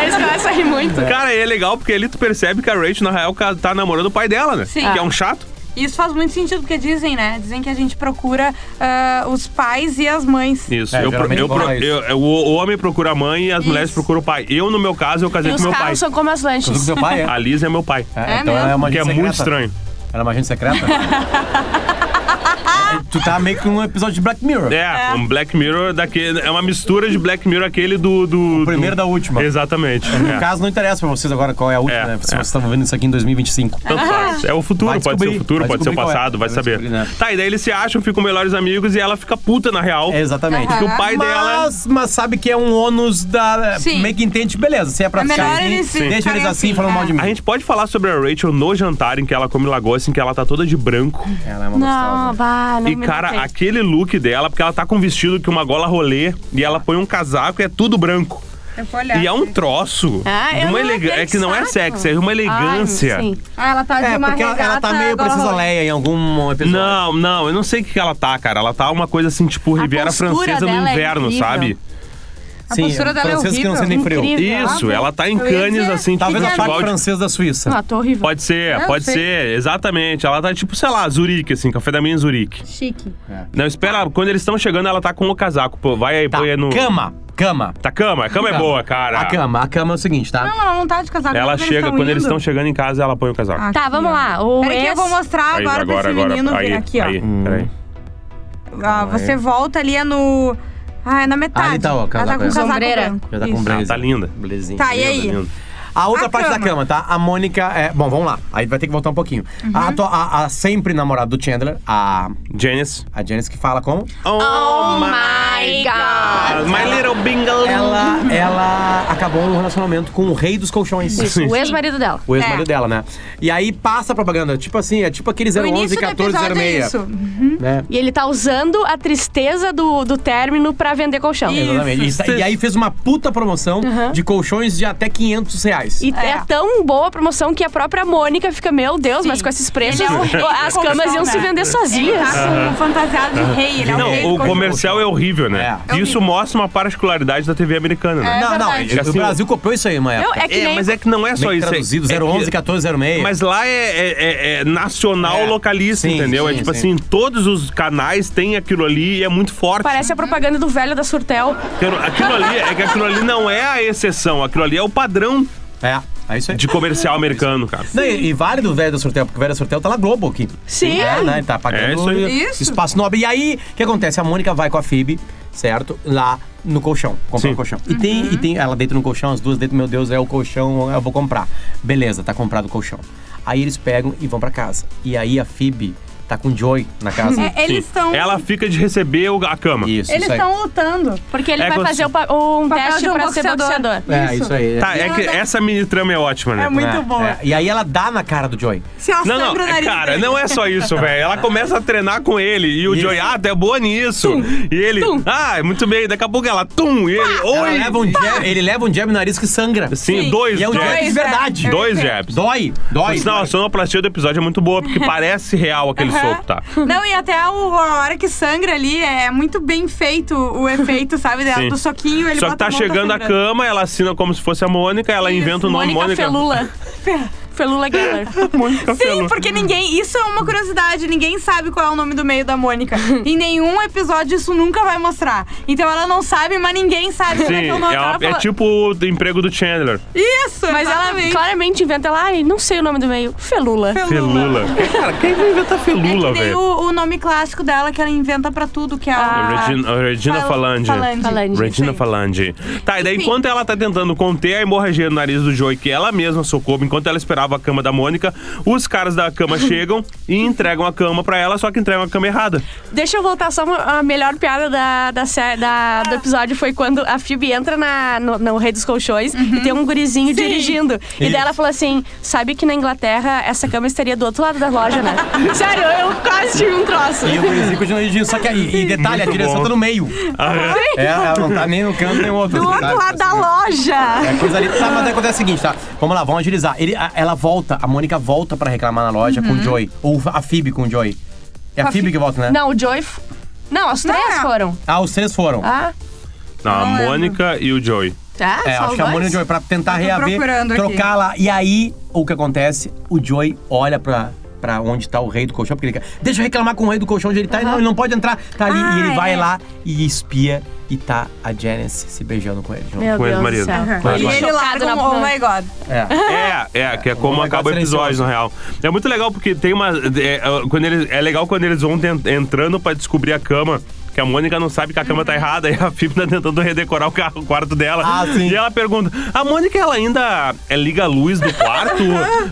[SPEAKER 3] Eles começam a rir muito.
[SPEAKER 2] Cara, e é legal porque ali tu percebe que a Rachel, na real, ca- tá namorando o pai dela, né?
[SPEAKER 1] Sim.
[SPEAKER 2] Que é um chato.
[SPEAKER 1] Isso faz muito sentido, porque dizem, né? Dizem que a gente procura ah, os pais e as mães.
[SPEAKER 2] Isso.
[SPEAKER 4] É,
[SPEAKER 2] eu, pro-
[SPEAKER 4] geralmente
[SPEAKER 2] eu, pro-
[SPEAKER 4] rola isso.
[SPEAKER 2] eu- eu- o homem procura a mãe e as mulheres procuram o pai. Eu, no meu caso, eu
[SPEAKER 3] E
[SPEAKER 2] casei
[SPEAKER 3] os
[SPEAKER 2] com meu
[SPEAKER 3] carros
[SPEAKER 2] pai.
[SPEAKER 3] são como as
[SPEAKER 4] Casou com
[SPEAKER 3] lanches.
[SPEAKER 4] seu pai, é?
[SPEAKER 2] A Liz é meu pai.
[SPEAKER 1] É
[SPEAKER 4] então ela é
[SPEAKER 1] mesmo.
[SPEAKER 4] uma
[SPEAKER 2] que é
[SPEAKER 4] agente
[SPEAKER 2] muito
[SPEAKER 4] secreta.
[SPEAKER 2] estranho.
[SPEAKER 4] Ela é uma agente
[SPEAKER 1] *laughs*
[SPEAKER 4] secreta? É, tu tá meio que num episódio de Black Mirror.
[SPEAKER 2] É, um Black Mirror daquele. É uma mistura de Black Mirror aquele do. do o
[SPEAKER 4] primeiro da última. Uhum.
[SPEAKER 2] Exatamente.
[SPEAKER 4] No
[SPEAKER 2] É.
[SPEAKER 4] caso, não interessa pra vocês agora qual é a última,
[SPEAKER 2] É,
[SPEAKER 4] né? Se
[SPEAKER 2] é.
[SPEAKER 4] vocês estavam vendo isso aqui em 2025.
[SPEAKER 2] Tanto faz. É o futuro,
[SPEAKER 4] Vai
[SPEAKER 2] pode ser o
[SPEAKER 4] descobrir,
[SPEAKER 2] futuro,
[SPEAKER 4] vai
[SPEAKER 2] pode ser o
[SPEAKER 4] descobrir qual é.
[SPEAKER 2] passado, vai
[SPEAKER 4] Vai
[SPEAKER 2] saber.
[SPEAKER 4] descobrir, né?
[SPEAKER 2] Tá, e daí eles se acham, ficam melhores amigos e ela fica puta na real.
[SPEAKER 4] É, exatamente.
[SPEAKER 2] Porque o pai dela.
[SPEAKER 4] Mas, mas sabe que é um ônus da.
[SPEAKER 1] Sim.
[SPEAKER 4] Meio que entende, beleza. Se é pra
[SPEAKER 1] É
[SPEAKER 4] ficar
[SPEAKER 1] melhor
[SPEAKER 4] assim,
[SPEAKER 1] eles se
[SPEAKER 4] deixa
[SPEAKER 1] ficarem
[SPEAKER 4] eles assim
[SPEAKER 1] assim,
[SPEAKER 4] falando
[SPEAKER 1] é.
[SPEAKER 4] mal de mim.
[SPEAKER 2] A gente pode falar sobre a Rachel no jantar em que ela come lagosta, em que ela tá toda de branco.
[SPEAKER 4] Ela é uma
[SPEAKER 3] Não,
[SPEAKER 4] gostosa.
[SPEAKER 3] bah, não
[SPEAKER 2] E,
[SPEAKER 3] me
[SPEAKER 2] cara,
[SPEAKER 3] notei.
[SPEAKER 2] aquele look dela, porque ela tá com um vestido que uma gola rolê e ela põe um casaco e é tudo branco.
[SPEAKER 1] Eu vou olhar.
[SPEAKER 2] E é um troço.
[SPEAKER 3] Ah,
[SPEAKER 2] de
[SPEAKER 3] eu
[SPEAKER 2] uma
[SPEAKER 3] não
[SPEAKER 2] elega-
[SPEAKER 3] tenho
[SPEAKER 2] É que não é
[SPEAKER 3] saco.
[SPEAKER 2] sexy, é uma elegância.
[SPEAKER 3] Ai, sim.
[SPEAKER 1] Ah, ela tá de
[SPEAKER 4] É,
[SPEAKER 1] uma
[SPEAKER 4] porque ela, ela tá
[SPEAKER 1] regata,
[SPEAKER 4] meio
[SPEAKER 1] gola
[SPEAKER 4] Princesa
[SPEAKER 1] rolê.
[SPEAKER 4] Leia em algum episódio.
[SPEAKER 2] Não, não, eu não sei o que que ela tá, cara. Ela tá uma coisa assim, tipo, Riviera
[SPEAKER 3] postura
[SPEAKER 2] Francesa no
[SPEAKER 3] dela é
[SPEAKER 2] inverno,
[SPEAKER 3] incrível.
[SPEAKER 2] sabe?
[SPEAKER 1] A postura dela é
[SPEAKER 4] francesa um que não
[SPEAKER 1] horrível.
[SPEAKER 4] sentem frio.
[SPEAKER 3] Incrível.
[SPEAKER 2] Isso, ela tá em
[SPEAKER 1] Eu ia
[SPEAKER 2] canes,
[SPEAKER 1] dizer,
[SPEAKER 2] assim, tipo,
[SPEAKER 4] Talvez a
[SPEAKER 2] futebol
[SPEAKER 4] parte
[SPEAKER 2] de-
[SPEAKER 4] francesa da Suíça.
[SPEAKER 3] Ah, tô horrível.
[SPEAKER 2] Pode ser,
[SPEAKER 1] Eu
[SPEAKER 2] pode
[SPEAKER 1] sei.
[SPEAKER 2] ser, exatamente. Ela tá tipo, sei lá, Zurique, assim, café da manhã em Zurique.
[SPEAKER 1] Chique.
[SPEAKER 2] Não, espera, quando eles estão chegando, ela tá com o casaco. Pô, vai aí,
[SPEAKER 4] Tá,
[SPEAKER 2] põe aí no.
[SPEAKER 4] Cama, cama.
[SPEAKER 2] Tá cama? A cama é
[SPEAKER 4] Cama.
[SPEAKER 2] boa, cara.
[SPEAKER 4] A cama, a cama é o seguinte, tá?
[SPEAKER 1] Não, ela não tá de casaco.
[SPEAKER 2] Ela chega, quando eles estão chegando em casa, ela põe o casaco.
[SPEAKER 1] Ah,
[SPEAKER 3] Tá, vamos lá. O
[SPEAKER 1] Peraí que eu
[SPEAKER 3] ex-
[SPEAKER 1] vou mostrar
[SPEAKER 2] Aí,
[SPEAKER 1] agora, pra esse menino
[SPEAKER 2] aí,
[SPEAKER 1] vir aqui, ó.
[SPEAKER 2] aí, peraí.
[SPEAKER 1] Ah, você volta ali é no... Ah, é na metade.
[SPEAKER 4] Ali tá, ó,
[SPEAKER 1] Ela tá
[SPEAKER 4] casaco
[SPEAKER 1] com um
[SPEAKER 4] branco.
[SPEAKER 1] casaco
[SPEAKER 3] Sombreira.
[SPEAKER 1] branco.
[SPEAKER 4] Já tá com
[SPEAKER 1] Isso.
[SPEAKER 2] Ah,
[SPEAKER 4] blazer.
[SPEAKER 2] tá linda.
[SPEAKER 4] Belezinha.
[SPEAKER 1] Tá, e aí?
[SPEAKER 2] Linda, linda.
[SPEAKER 4] A outra
[SPEAKER 1] A
[SPEAKER 4] parte da
[SPEAKER 1] cama.
[SPEAKER 4] cama, tá? A Mônica é. Bom, vamos lá. Aí vai ter que voltar um pouquinho.
[SPEAKER 1] Uhum.
[SPEAKER 4] A, atua- a- a sempre namorada do Chandler, a,
[SPEAKER 2] Janice.
[SPEAKER 4] a Janice, que fala como?
[SPEAKER 3] Oh my god.
[SPEAKER 2] My little bingo.
[SPEAKER 1] Uhum.
[SPEAKER 4] Ela, ela acabou um relacionamento com o rei dos colchões.
[SPEAKER 3] Isso, o ex-marido dela.
[SPEAKER 4] O ex-marido
[SPEAKER 1] É.
[SPEAKER 4] dela, né? E aí passa a propaganda, tipo assim, é tipo aquele
[SPEAKER 1] O
[SPEAKER 4] 011,
[SPEAKER 1] início do
[SPEAKER 4] 14,
[SPEAKER 1] episódio é
[SPEAKER 4] 06.
[SPEAKER 1] isso.
[SPEAKER 4] Né?
[SPEAKER 3] E ele tá usando a tristeza do, do término pra vender colchão.
[SPEAKER 1] Isso.
[SPEAKER 4] Exatamente. E sa- E, aí fez uma puta promoção de colchões de até 500 reais.
[SPEAKER 3] E é.
[SPEAKER 1] É.
[SPEAKER 3] tão boa a promoção que a própria Mônica fica, meu Deus, mas com esses preços,
[SPEAKER 1] Ele é o rei
[SPEAKER 3] *laughs*
[SPEAKER 1] do
[SPEAKER 3] as
[SPEAKER 1] colchão,
[SPEAKER 3] camas iam
[SPEAKER 1] né?
[SPEAKER 3] se vender
[SPEAKER 1] Ele
[SPEAKER 3] sozinhas.
[SPEAKER 1] tá com um fantasiado de rei, ele é o rei
[SPEAKER 2] Não,
[SPEAKER 1] do
[SPEAKER 2] o
[SPEAKER 1] colchão.
[SPEAKER 2] comercial é horrível, né?
[SPEAKER 4] É.
[SPEAKER 1] É
[SPEAKER 2] Isso
[SPEAKER 1] horrível.
[SPEAKER 2] mostra uma particularidade da TV americana, né?
[SPEAKER 4] não, não,
[SPEAKER 1] É verdade.
[SPEAKER 4] o Brasil copiou isso aí, mãe.
[SPEAKER 3] Eu- é que
[SPEAKER 2] É,
[SPEAKER 3] nem
[SPEAKER 2] mas é que não é só isso. é-
[SPEAKER 4] traduzido,
[SPEAKER 2] é que-
[SPEAKER 4] 011, 1406.
[SPEAKER 2] Mas lá é, é- é- é nacional
[SPEAKER 4] É.
[SPEAKER 2] localista,
[SPEAKER 4] Sim,
[SPEAKER 2] entendeu? é
[SPEAKER 4] sim,
[SPEAKER 2] tipo
[SPEAKER 4] sim.
[SPEAKER 2] assim, todos os canais têm aquilo ali e é muito forte.
[SPEAKER 3] Parece a propaganda do velho da Surtel.
[SPEAKER 2] Aquilo- Aquilo ali, é que aquilo ali não é a exceção, aquilo ali é o padrão
[SPEAKER 4] É, é isso aí.
[SPEAKER 2] de comercial americano, cara.
[SPEAKER 4] Não, e, e vale do velho da sorteio, porque o velho da sorteio tá lá Globo aqui.
[SPEAKER 3] Sim.
[SPEAKER 4] É, né? Tá
[SPEAKER 2] É isso
[SPEAKER 4] pagando
[SPEAKER 2] aí.
[SPEAKER 1] Isso.
[SPEAKER 4] espaço nobre. E aí, o que acontece? A Mônica vai com a Phoebe, certo? Lá no colchão. Comprar
[SPEAKER 2] Sim.
[SPEAKER 4] o colchão. E, tem,
[SPEAKER 1] Uhum.
[SPEAKER 4] e tem. Ela deita no colchão, as duas deitam, meu Deus, é o colchão, eu vou comprar. Beleza, tá comprado o colchão. Aí eles pegam e vão pra casa. E aí a Phoebe tá com Joy na casa.
[SPEAKER 1] *laughs* É, eles
[SPEAKER 2] Sim.
[SPEAKER 1] estão.
[SPEAKER 2] Ela fica de receber o- a cama.
[SPEAKER 4] Isso,
[SPEAKER 1] Eles
[SPEAKER 4] isso aí.
[SPEAKER 1] estão lutando.
[SPEAKER 3] Porque ele
[SPEAKER 2] É
[SPEAKER 3] vai
[SPEAKER 2] quando-
[SPEAKER 3] fazer o pa- um
[SPEAKER 1] papel
[SPEAKER 3] teste
[SPEAKER 1] de um
[SPEAKER 3] pra ser
[SPEAKER 1] boxeador.
[SPEAKER 3] boxeador.
[SPEAKER 4] É,
[SPEAKER 1] Isso.
[SPEAKER 4] isso aí.
[SPEAKER 2] Tá, é
[SPEAKER 1] Ela
[SPEAKER 2] que
[SPEAKER 1] dá-
[SPEAKER 2] essa mini trama é ótima, né?
[SPEAKER 1] É muito
[SPEAKER 4] É,
[SPEAKER 1] boa.
[SPEAKER 4] é. E aí ela dá na cara do Joy.
[SPEAKER 1] Se ela
[SPEAKER 2] Não,
[SPEAKER 1] sangra
[SPEAKER 2] não,
[SPEAKER 1] o
[SPEAKER 2] é,
[SPEAKER 1] nariz
[SPEAKER 2] cara,
[SPEAKER 1] Tá dele.
[SPEAKER 2] não é só isso, velho. Ela começa a treinar com ele e o
[SPEAKER 4] Isso.
[SPEAKER 2] Joey, ah, tu é boa nisso. E ele, ah, muito bem. Daqui a pouco ela, tum, e ele,
[SPEAKER 4] Ela
[SPEAKER 2] oi.
[SPEAKER 4] leva um jab- ele leva um jab no nariz que sangra.
[SPEAKER 2] Sim,
[SPEAKER 1] Sim.
[SPEAKER 2] dois
[SPEAKER 4] E é um jab
[SPEAKER 2] jabs.
[SPEAKER 4] de verdade.
[SPEAKER 1] É.
[SPEAKER 2] Dois jabs.
[SPEAKER 4] Dói,
[SPEAKER 2] Por
[SPEAKER 4] dói.
[SPEAKER 2] sinal, a sonoplastia do episódio é muito boa,
[SPEAKER 1] *laughs*
[SPEAKER 2] porque parece real aquele
[SPEAKER 1] Aham.
[SPEAKER 2] soco, tá?
[SPEAKER 1] Não, e até o- a hora que sangra ali é muito bem feito o efeito, sabe? dela,
[SPEAKER 2] Sim.
[SPEAKER 1] Do soquinho, ele
[SPEAKER 2] Só que
[SPEAKER 1] bota
[SPEAKER 2] tá
[SPEAKER 1] a mão,
[SPEAKER 2] chegando a
[SPEAKER 1] sangrando.
[SPEAKER 2] cama, ela assina como se fosse a Mônica, ela inventa o nome
[SPEAKER 3] Mônica,
[SPEAKER 2] Mônica.
[SPEAKER 3] Felula.
[SPEAKER 1] *laughs*
[SPEAKER 3] Felula Geller.
[SPEAKER 2] *laughs* Mônica
[SPEAKER 1] Sim,
[SPEAKER 2] Felula.
[SPEAKER 1] porque ninguém. Isso é uma curiosidade. Ninguém sabe qual é o nome do meio da
[SPEAKER 2] *laughs*
[SPEAKER 1] Mônica. em nenhum episódio isso nunca vai mostrar. Então ela não sabe, mas ninguém sabe como é
[SPEAKER 2] Sim,
[SPEAKER 1] que
[SPEAKER 2] é,
[SPEAKER 1] é o nome dela.
[SPEAKER 2] uma- é
[SPEAKER 1] fala,
[SPEAKER 2] tipo o emprego do Chandler.
[SPEAKER 1] Isso!
[SPEAKER 3] Mas ela é
[SPEAKER 1] exatamente.
[SPEAKER 3] claramente inventa ela, ai, não sei o nome do meio. Felula.
[SPEAKER 2] Felula. Cara, quem vai inventar Felula,
[SPEAKER 1] É que tem
[SPEAKER 2] velho? Ah,
[SPEAKER 1] o, o nome clássico dela que ela inventa pra tudo, que é a.
[SPEAKER 2] Regina, Regina
[SPEAKER 1] Fal-
[SPEAKER 2] Falange.
[SPEAKER 1] Falange.
[SPEAKER 3] Falange,
[SPEAKER 2] Regina
[SPEAKER 3] sim.
[SPEAKER 2] Falange. Tá, e daí
[SPEAKER 1] Enfim.
[SPEAKER 2] enquanto ela tá tentando conter a hemorragia no nariz do Joey, que ela mesma socorro, enquanto ela esperava a cama da Mônica, os caras da cama chegam e entregam a cama pra ela, só que entregam a cama errada.
[SPEAKER 3] Deixa eu voltar só uma, a melhor piada da, da, sé- da- do episódio foi quando a Phoebe entra na, no, no Rei dos Colchões e tem um gurizinho dirigindo. E daí ela falou assim: sabe que na Inglaterra essa cama estaria do outro lado da loja, né? Sério, eu quase tive um troço.
[SPEAKER 4] E o Gurizinho continua dirigindo. Só que aí, e detalhe,
[SPEAKER 2] Muito
[SPEAKER 4] a direção
[SPEAKER 2] bom.
[SPEAKER 4] tá no meio. É, ela não tá nem no canto nem no outro.
[SPEAKER 3] Do
[SPEAKER 4] assim,
[SPEAKER 3] outro
[SPEAKER 4] sabe?
[SPEAKER 3] lado da loja!
[SPEAKER 4] É coisa ali. Tá, mas acontece o seguinte, tá? Vamos lá, vamos agilizar. Ele, a- ela volta, a Mônica volta pra reclamar na loja com o Joy. Ou a Phoebe com o Joy. É a, Phoebe que volta, né?
[SPEAKER 3] Não, o Joy. f- Não, as três
[SPEAKER 1] Não.
[SPEAKER 3] foram.
[SPEAKER 4] Ah, os três foram.
[SPEAKER 3] Ah,
[SPEAKER 2] Não, a
[SPEAKER 1] Não lembro.
[SPEAKER 2] Mônica e o Joey.
[SPEAKER 3] tá?
[SPEAKER 4] É,
[SPEAKER 3] Só
[SPEAKER 4] acho
[SPEAKER 3] os
[SPEAKER 4] que a
[SPEAKER 3] dois?
[SPEAKER 4] Mônica e o Joey, pra tentar
[SPEAKER 1] Eu tô
[SPEAKER 4] reaver,
[SPEAKER 1] procurando aqui.
[SPEAKER 4] trocar lá. E aí, o que acontece? O Joey olha pra, pra onde tá o rei do colchão, porque ele quer. Deixa eu reclamar com o rei do colchão onde ele tá. Não, ele não pode entrar. Tá ali.
[SPEAKER 1] Ah,
[SPEAKER 4] e ele
[SPEAKER 1] é.
[SPEAKER 4] vai lá e espia. E tá a Janice se beijando com ele. de novo.
[SPEAKER 3] Meu
[SPEAKER 2] Com
[SPEAKER 3] Deus do
[SPEAKER 2] ex-marido.
[SPEAKER 3] céu.
[SPEAKER 2] Aham.
[SPEAKER 1] E ele lá
[SPEAKER 3] Chocado
[SPEAKER 1] com
[SPEAKER 3] na
[SPEAKER 1] Oh
[SPEAKER 3] van.
[SPEAKER 1] my god.
[SPEAKER 4] É.
[SPEAKER 2] É, é, que é como
[SPEAKER 4] um
[SPEAKER 2] acaba o
[SPEAKER 4] negócio
[SPEAKER 2] episódio,
[SPEAKER 4] silencioso.
[SPEAKER 2] na real. É muito legal porque tem uma. É, é, quando eles, é legal quando eles vão ten- entrando pra descobrir a cama. Que a Mônica não sabe que a cama tá errada e a Phoebe tá tentando redecorar o, carro, o quarto dela.
[SPEAKER 4] Ah, sim.
[SPEAKER 2] E ela pergunta: a Mônica ela ainda é, liga a luz do
[SPEAKER 4] *laughs*
[SPEAKER 2] quarto?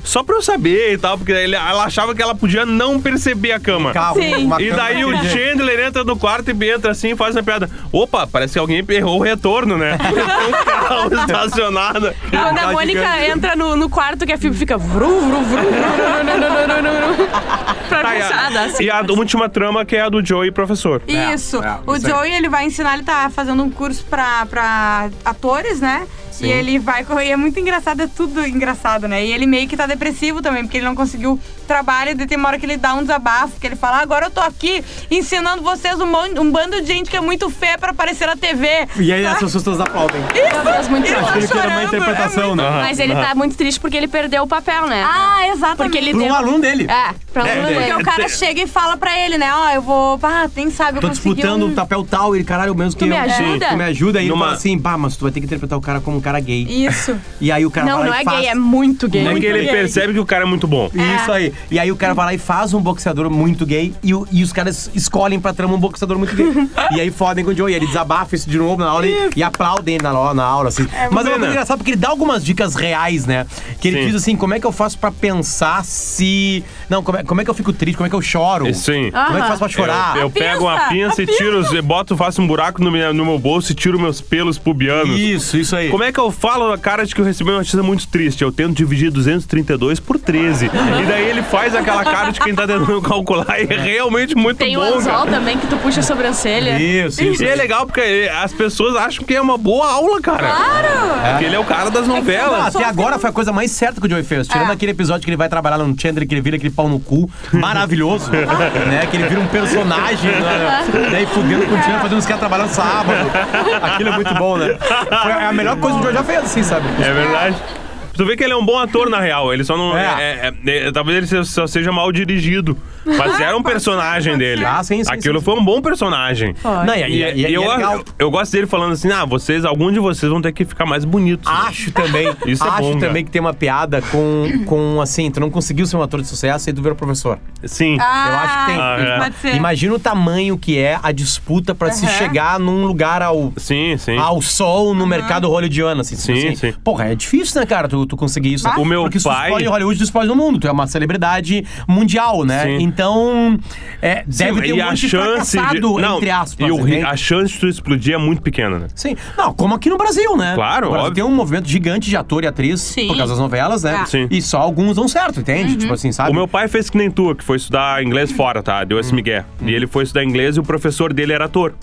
[SPEAKER 2] só pra eu saber e tal, porque ele- ela achava que ela podia não perceber a cama.
[SPEAKER 4] Calma,
[SPEAKER 3] Sim.
[SPEAKER 4] uma
[SPEAKER 2] E
[SPEAKER 4] câmera
[SPEAKER 2] daí o
[SPEAKER 4] inteligente.
[SPEAKER 2] Chandler entra no quarto e entra assim e faz uma piada. Opa, parece que alguém errou o retorno, né? *laughs*
[SPEAKER 4] *laughs*
[SPEAKER 2] Tem um carro estacionado.
[SPEAKER 3] Quando a
[SPEAKER 2] Tá
[SPEAKER 3] Mônica
[SPEAKER 2] gigante.
[SPEAKER 3] entra no, no quarto, que a Phoebe fica vru, vru, vru, vru, vru, vru, vru, vru, vru, pra
[SPEAKER 2] Tá, e a-
[SPEAKER 3] puxada, assim.
[SPEAKER 2] E a última trama que é a do Joey professor.
[SPEAKER 4] É,
[SPEAKER 1] Isso.
[SPEAKER 4] é,
[SPEAKER 1] o
[SPEAKER 4] isso aí.
[SPEAKER 1] Joey, ele vai ensinar, ele tá fazendo um curso pra, pra atores, né? E ele vai correr. E é muito engraçado, é tudo engraçado, né? E ele meio que tá depressivo também, porque ele não conseguiu trabalho. E daí tem uma hora que ele dá um desabafo, que ele fala: agora eu tô aqui ensinando vocês um, mon- um bando de gente que é muito feia pra aparecer na TV.
[SPEAKER 4] E é- aí as pessoas todas aplaudem.
[SPEAKER 3] Meu Deus, muito
[SPEAKER 1] Ele
[SPEAKER 3] bom.
[SPEAKER 1] tá chorando. é muito-
[SPEAKER 2] né?
[SPEAKER 3] Mas ele tá muito triste porque ele perdeu o papel, né?
[SPEAKER 1] Ah, exatamente.
[SPEAKER 3] porque ele
[SPEAKER 4] Por
[SPEAKER 3] deu...
[SPEAKER 4] um aluno dele.
[SPEAKER 3] É, pra um
[SPEAKER 2] É,
[SPEAKER 3] aluno
[SPEAKER 2] é,
[SPEAKER 1] Porque
[SPEAKER 3] dele.
[SPEAKER 1] o cara
[SPEAKER 2] Tem-
[SPEAKER 1] chega e fala pra ele, né? Ó, eu vou. Ah, quem sabe eu
[SPEAKER 4] Tô
[SPEAKER 1] consegui
[SPEAKER 4] disputando um
[SPEAKER 1] um...
[SPEAKER 4] papel tal, ele, caralho, o mesmo que
[SPEAKER 3] me
[SPEAKER 4] eu.
[SPEAKER 3] ajuda?
[SPEAKER 4] Sim, Tu me ajuda? E ele
[SPEAKER 2] Numa-
[SPEAKER 4] fala assim, bah, mas tu vai ter que interpretar o cara como um cara gay.
[SPEAKER 1] Isso.
[SPEAKER 4] E aí o cara
[SPEAKER 3] Não,
[SPEAKER 4] vai
[SPEAKER 3] não
[SPEAKER 4] lá e
[SPEAKER 3] é
[SPEAKER 4] faz...
[SPEAKER 3] gay, é muito gay.
[SPEAKER 2] É que ele
[SPEAKER 1] gay.
[SPEAKER 2] percebe que o cara é muito bom.
[SPEAKER 4] Isso aí. E aí o cara vai lá e faz um boxeador muito gay e, o- e os caras escolhem pra trama um boxeador muito *laughs* gay. e aí fodem com o Joey. Ele desabafa isso de novo na aula e, e aplaudem ele na, lo- na aula, assim. Mas é uma
[SPEAKER 2] bacana.
[SPEAKER 4] coisa engraçada porque ele dá algumas dicas reais, né? Que ele
[SPEAKER 2] Sim.
[SPEAKER 4] diz assim, como é que eu faço pra pensar se... Não, como é, como é que eu fico triste, como é que eu choro?
[SPEAKER 2] Sim.
[SPEAKER 4] Como é que
[SPEAKER 3] Aham.
[SPEAKER 4] eu faço pra chorar?
[SPEAKER 2] Eu, eu pego uma pinça e tiro, os- boto, faço um buraco no meu, no meu bolso e tiro meus pelos pubianos.
[SPEAKER 4] Isso, isso aí.
[SPEAKER 2] Como é que eu falo na cara de que eu recebi uma notícia muito triste? Eu tento dividir 232 por 13. E daí ele faz aquela cara de quem tá tentando *laughs* calcular e é realmente muito
[SPEAKER 3] Tem o
[SPEAKER 2] bom,
[SPEAKER 3] anzol
[SPEAKER 2] cara.
[SPEAKER 3] também, que tu puxa a sobrancelha.
[SPEAKER 4] Isso, isso.
[SPEAKER 2] E é legal porque as pessoas acham que é uma boa aula, cara. Claro! Porque ele é o cara das
[SPEAKER 4] Ah,
[SPEAKER 2] novelas.
[SPEAKER 4] até agora foi a coisa mais certa que o Joey fez. Tirando aquele episódio que ele vai trabalhar no Chandler, que ele vira aquele pau no cu maravilhoso, né? Que ele vira um personagem, né? Daí fudendo com o Chandler, fazendo os caras trabalhando sábado. Aquilo é muito bom, né? Foi a melhor coisa que o Joey já fez, assim, sabe?
[SPEAKER 2] É verdade. Tu vê que ele é um bom ator, na real. Ele só não.
[SPEAKER 4] É.
[SPEAKER 2] é- é- é- talvez ele se- só seja mal dirigido. Mas era um personagem dele.
[SPEAKER 4] Ah, sim, sim,
[SPEAKER 2] Aquilo
[SPEAKER 4] sim,
[SPEAKER 2] foi um bom personagem.
[SPEAKER 4] Não, e,
[SPEAKER 2] E,
[SPEAKER 4] e- e-
[SPEAKER 2] e
[SPEAKER 4] e
[SPEAKER 2] eu,
[SPEAKER 4] é legal.
[SPEAKER 2] eu, gosto dele falando assim: ah, vocês, algum de vocês vão ter que ficar mais bonitos.
[SPEAKER 4] Acho *laughs* também,
[SPEAKER 2] Isso é
[SPEAKER 4] acho
[SPEAKER 2] bom, cara.
[SPEAKER 4] também que tem uma piada com, com assim, tu não conseguiu ser um ator de sucesso e tu virou professor.
[SPEAKER 2] Sim.
[SPEAKER 1] Ah,
[SPEAKER 4] Eu acho que tem.
[SPEAKER 2] Ah,
[SPEAKER 1] Pode ser.
[SPEAKER 4] Imagina o tamanho que é a disputa pra se
[SPEAKER 1] Aham.
[SPEAKER 4] chegar num lugar ao
[SPEAKER 2] Sim, sim.
[SPEAKER 4] Ah, ao sol no mercado hollywoodiano, assim. tipo
[SPEAKER 2] Sim,
[SPEAKER 4] assim.
[SPEAKER 2] sim.
[SPEAKER 4] Porra, é difícil, né, cara? Tu, tu conseguir isso.
[SPEAKER 2] O meu
[SPEAKER 4] Porque isso
[SPEAKER 2] pai-
[SPEAKER 4] explode Hollywood, tu explode no mundo. Tu é uma celebridade mundial, né?
[SPEAKER 2] Sim.
[SPEAKER 4] Então, é, deve ter um monte de fracassado,
[SPEAKER 2] não,
[SPEAKER 4] entre aspas. né?
[SPEAKER 2] e o ri-
[SPEAKER 4] entende?
[SPEAKER 2] a chance de tu explodir é muito pequena, né?
[SPEAKER 4] Sim. Não, como aqui no Brasil, né?
[SPEAKER 2] Claro,
[SPEAKER 4] O Brasil
[SPEAKER 2] óbvio.
[SPEAKER 4] tem um movimento gigante de ator e atriz
[SPEAKER 1] Sim.
[SPEAKER 4] por causa das novelas, né?
[SPEAKER 1] Ah.
[SPEAKER 2] Sim.
[SPEAKER 4] E só alguns dão certo, entende? Tipo assim, sabe?
[SPEAKER 2] O meu pai fez que nem tu, que foi estudar inglês fora, tá? Deu
[SPEAKER 4] Hum.
[SPEAKER 2] esse migué. E ele foi estudar inglês e o professor dele era ator.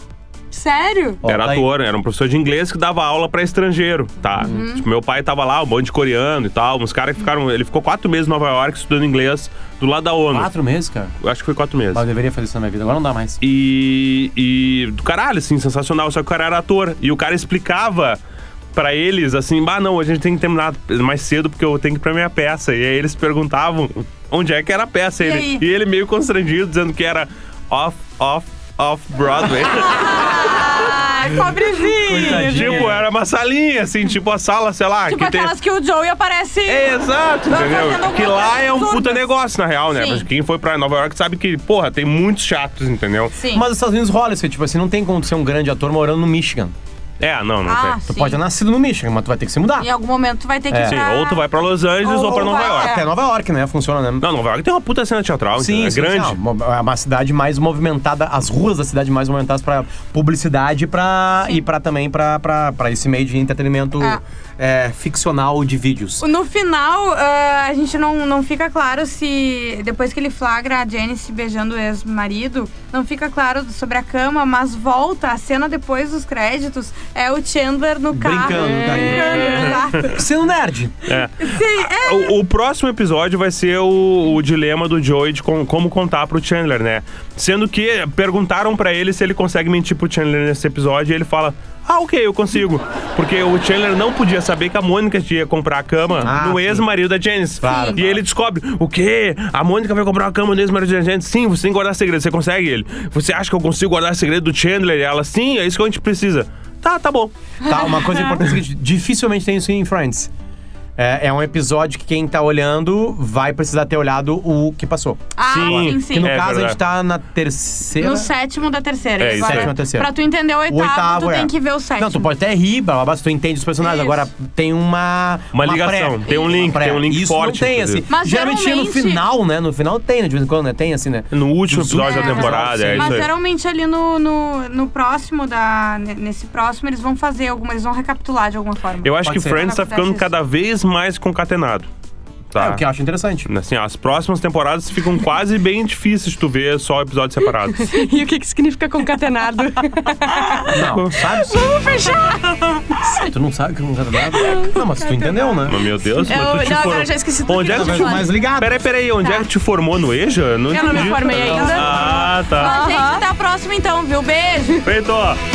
[SPEAKER 1] Sério?
[SPEAKER 4] Ó,
[SPEAKER 2] era
[SPEAKER 4] tá aí.
[SPEAKER 2] ator, era um professor de inglês que dava aula pra estrangeiro, tá? Tipo, meu pai tava lá, um monte de coreano e tal, uns caras que ficaram... Ele ficou quatro meses em Nova York estudando inglês do lado da ONU.
[SPEAKER 4] Quatro meses, cara.
[SPEAKER 2] Eu Acho que foi quatro meses.
[SPEAKER 4] Mas eu deveria fazer isso na minha vida, agora não dá mais.
[SPEAKER 2] E, e do caralho, assim, sensacional. Só que o cara era ator. E o cara explicava pra eles, assim, bah, não, a gente tem que terminar mais cedo porque eu tenho que ir pra minha peça. E aí eles perguntavam onde é que era a peça. E,
[SPEAKER 1] aí?
[SPEAKER 2] ele, e ele meio constrangido, dizendo que era off, off, off Broadway.
[SPEAKER 4] Ah.
[SPEAKER 1] Ai, pobrezinho!
[SPEAKER 2] tipo, era uma salinha, assim, tipo a sala, sei lá.
[SPEAKER 1] Tipo
[SPEAKER 2] que tem...
[SPEAKER 1] aquelas que o Joey aparece.
[SPEAKER 2] É, *laughs* exato,
[SPEAKER 1] Nós
[SPEAKER 2] entendeu?
[SPEAKER 1] fazendo
[SPEAKER 2] Que lá é um
[SPEAKER 1] absurdas.
[SPEAKER 2] puta negócio, na real, né?
[SPEAKER 1] Sim.
[SPEAKER 2] Mas quem foi pra Nova York sabe que, porra, tem muitos chatos, entendeu?
[SPEAKER 1] Sim.
[SPEAKER 4] Mas nos Estados Unidos rola isso, tipo assim, não tem como tu ser um grande ator morando no Michigan.
[SPEAKER 2] É, não, não
[SPEAKER 1] Ah,
[SPEAKER 2] tem.
[SPEAKER 4] Tu
[SPEAKER 1] sim.
[SPEAKER 4] pode ter nascido no Michigan, mas tu vai ter que se mudar.
[SPEAKER 1] Em algum momento tu vai ter que
[SPEAKER 4] É.
[SPEAKER 1] ir
[SPEAKER 2] Sim,
[SPEAKER 1] pra-
[SPEAKER 2] ou tu vai pra Los Angeles
[SPEAKER 1] Ou
[SPEAKER 2] ou, pra Nova
[SPEAKER 1] vai-
[SPEAKER 2] York.
[SPEAKER 1] é.
[SPEAKER 4] Até Nova York, né? Funciona, né?
[SPEAKER 2] Não, Nova York tem uma puta cena teatral, entendeu? é grande.
[SPEAKER 4] sim, não, É uma cidade mais movimentada, as ruas da cidade mais movimentadas pra publicidade pra, e pra também pra, pra, pra esse meio de entretenimento
[SPEAKER 1] Ah.
[SPEAKER 4] é, ficcional de vídeos.
[SPEAKER 1] No final, ah, a gente não, não fica claro se. Depois que ele flagra a Jenny se beijando o ex-marido, não fica claro sobre a cama, mas volta a cena depois dos créditos. É o Chandler no carro.
[SPEAKER 4] Brincando, tá aí.
[SPEAKER 1] brincando, é. tá?
[SPEAKER 4] Sendo nerd.
[SPEAKER 2] O, o próximo episódio vai ser o, o dilema do Joey de com- como contar pro Chandler, né? Sendo que perguntaram pra ele se ele consegue mentir pro Chandler nesse episódio e ele fala. Ah, ok, eu consigo. Porque o Chandler não podia saber que a Mônica ia comprar a cama
[SPEAKER 4] Ah,
[SPEAKER 2] do
[SPEAKER 4] sim.
[SPEAKER 2] ex-marido da Janice.
[SPEAKER 4] Claro,
[SPEAKER 2] e
[SPEAKER 4] claro.
[SPEAKER 2] ele descobre, o quê? A Mônica vai comprar a cama do ex-marido da Janice? Sim, você tem que guardar segredo. Você consegue ele? Você acha que eu consigo guardar segredo do Chandler? E ela, sim, é isso que a gente precisa. Tá, tá bom.
[SPEAKER 4] Tá, uma
[SPEAKER 1] *laughs*
[SPEAKER 4] coisa importante é o seguinte, dificilmente tem isso em Friends. É, é um episódio que quem tá olhando vai precisar ter olhado o que passou.
[SPEAKER 1] Ah,
[SPEAKER 2] Sim,
[SPEAKER 1] sim,
[SPEAKER 4] Que
[SPEAKER 1] sim.
[SPEAKER 4] no
[SPEAKER 2] É
[SPEAKER 4] caso a
[SPEAKER 2] verdade.
[SPEAKER 4] gente tá na terceira.
[SPEAKER 1] No sétimo da terceira.
[SPEAKER 2] É, isso
[SPEAKER 1] Agora,
[SPEAKER 2] aí.
[SPEAKER 4] Sétimo da terceira.
[SPEAKER 1] Pra tu entender o oitavo,
[SPEAKER 4] O oitavo
[SPEAKER 1] tu
[SPEAKER 4] é.
[SPEAKER 1] tem que ver o sétimo.
[SPEAKER 4] Não, tu pode até rir, blá, blá, blá, se tu entende os personagens.
[SPEAKER 1] Isso.
[SPEAKER 4] Agora tem uma.
[SPEAKER 2] Uma ligação, tem um
[SPEAKER 4] Uma
[SPEAKER 2] link,
[SPEAKER 4] pré.
[SPEAKER 2] tem um link
[SPEAKER 4] Isso
[SPEAKER 2] forte,
[SPEAKER 4] Não tem,
[SPEAKER 2] inclusive.
[SPEAKER 4] assim.
[SPEAKER 1] Mas
[SPEAKER 4] geralmente, no
[SPEAKER 1] geralmente-
[SPEAKER 4] final, né? No final tem, né? De vez em quando, né? Tem assim, né?
[SPEAKER 2] No último
[SPEAKER 4] Dos
[SPEAKER 2] episódio da
[SPEAKER 1] últimos
[SPEAKER 2] temporada,
[SPEAKER 4] episódios,
[SPEAKER 2] é
[SPEAKER 4] sim.
[SPEAKER 2] isso
[SPEAKER 1] Mas
[SPEAKER 2] aí.
[SPEAKER 1] geralmente ali no, no, no próximo da. ne- Nesse próximo, eles vão fazer alguma. Eles vão recapitular de alguma forma.
[SPEAKER 2] Eu acho
[SPEAKER 4] Pode
[SPEAKER 2] que
[SPEAKER 4] ser.
[SPEAKER 2] Friends tá ficando cada vez mais concatenado.
[SPEAKER 4] É
[SPEAKER 2] Tá.
[SPEAKER 4] o que eu acho interessante.
[SPEAKER 2] Assim, ó, as próximas temporadas ficam quase bem difíceis de tu ver só episódios
[SPEAKER 4] *laughs*
[SPEAKER 2] separados.
[SPEAKER 3] E o que, que significa concatenado?
[SPEAKER 4] Não, sabe?
[SPEAKER 3] *laughs*
[SPEAKER 1] *laughs*
[SPEAKER 3] Vamos fechar!
[SPEAKER 4] Tu não sabe que eu não quero nada. Não, mas tu entendeu,
[SPEAKER 1] um.
[SPEAKER 4] né?
[SPEAKER 2] Mas, meu Deus,
[SPEAKER 3] É, Eu-
[SPEAKER 2] mas tu te
[SPEAKER 3] não,
[SPEAKER 2] for-
[SPEAKER 3] agora eu já esqueci tudo
[SPEAKER 2] Onde
[SPEAKER 3] que
[SPEAKER 2] é que
[SPEAKER 3] eu
[SPEAKER 2] tu
[SPEAKER 3] tava
[SPEAKER 2] te...
[SPEAKER 3] falando.
[SPEAKER 4] mais ligado.
[SPEAKER 2] Peraí, peraí, onde é que tu formou no EJA? Eu não
[SPEAKER 3] Eu não me
[SPEAKER 2] entendi.
[SPEAKER 3] formei ainda.
[SPEAKER 2] Ah, tá.
[SPEAKER 3] Ah.
[SPEAKER 1] Mas, gente, até a próxima então, viu? Beijo!
[SPEAKER 2] Feito!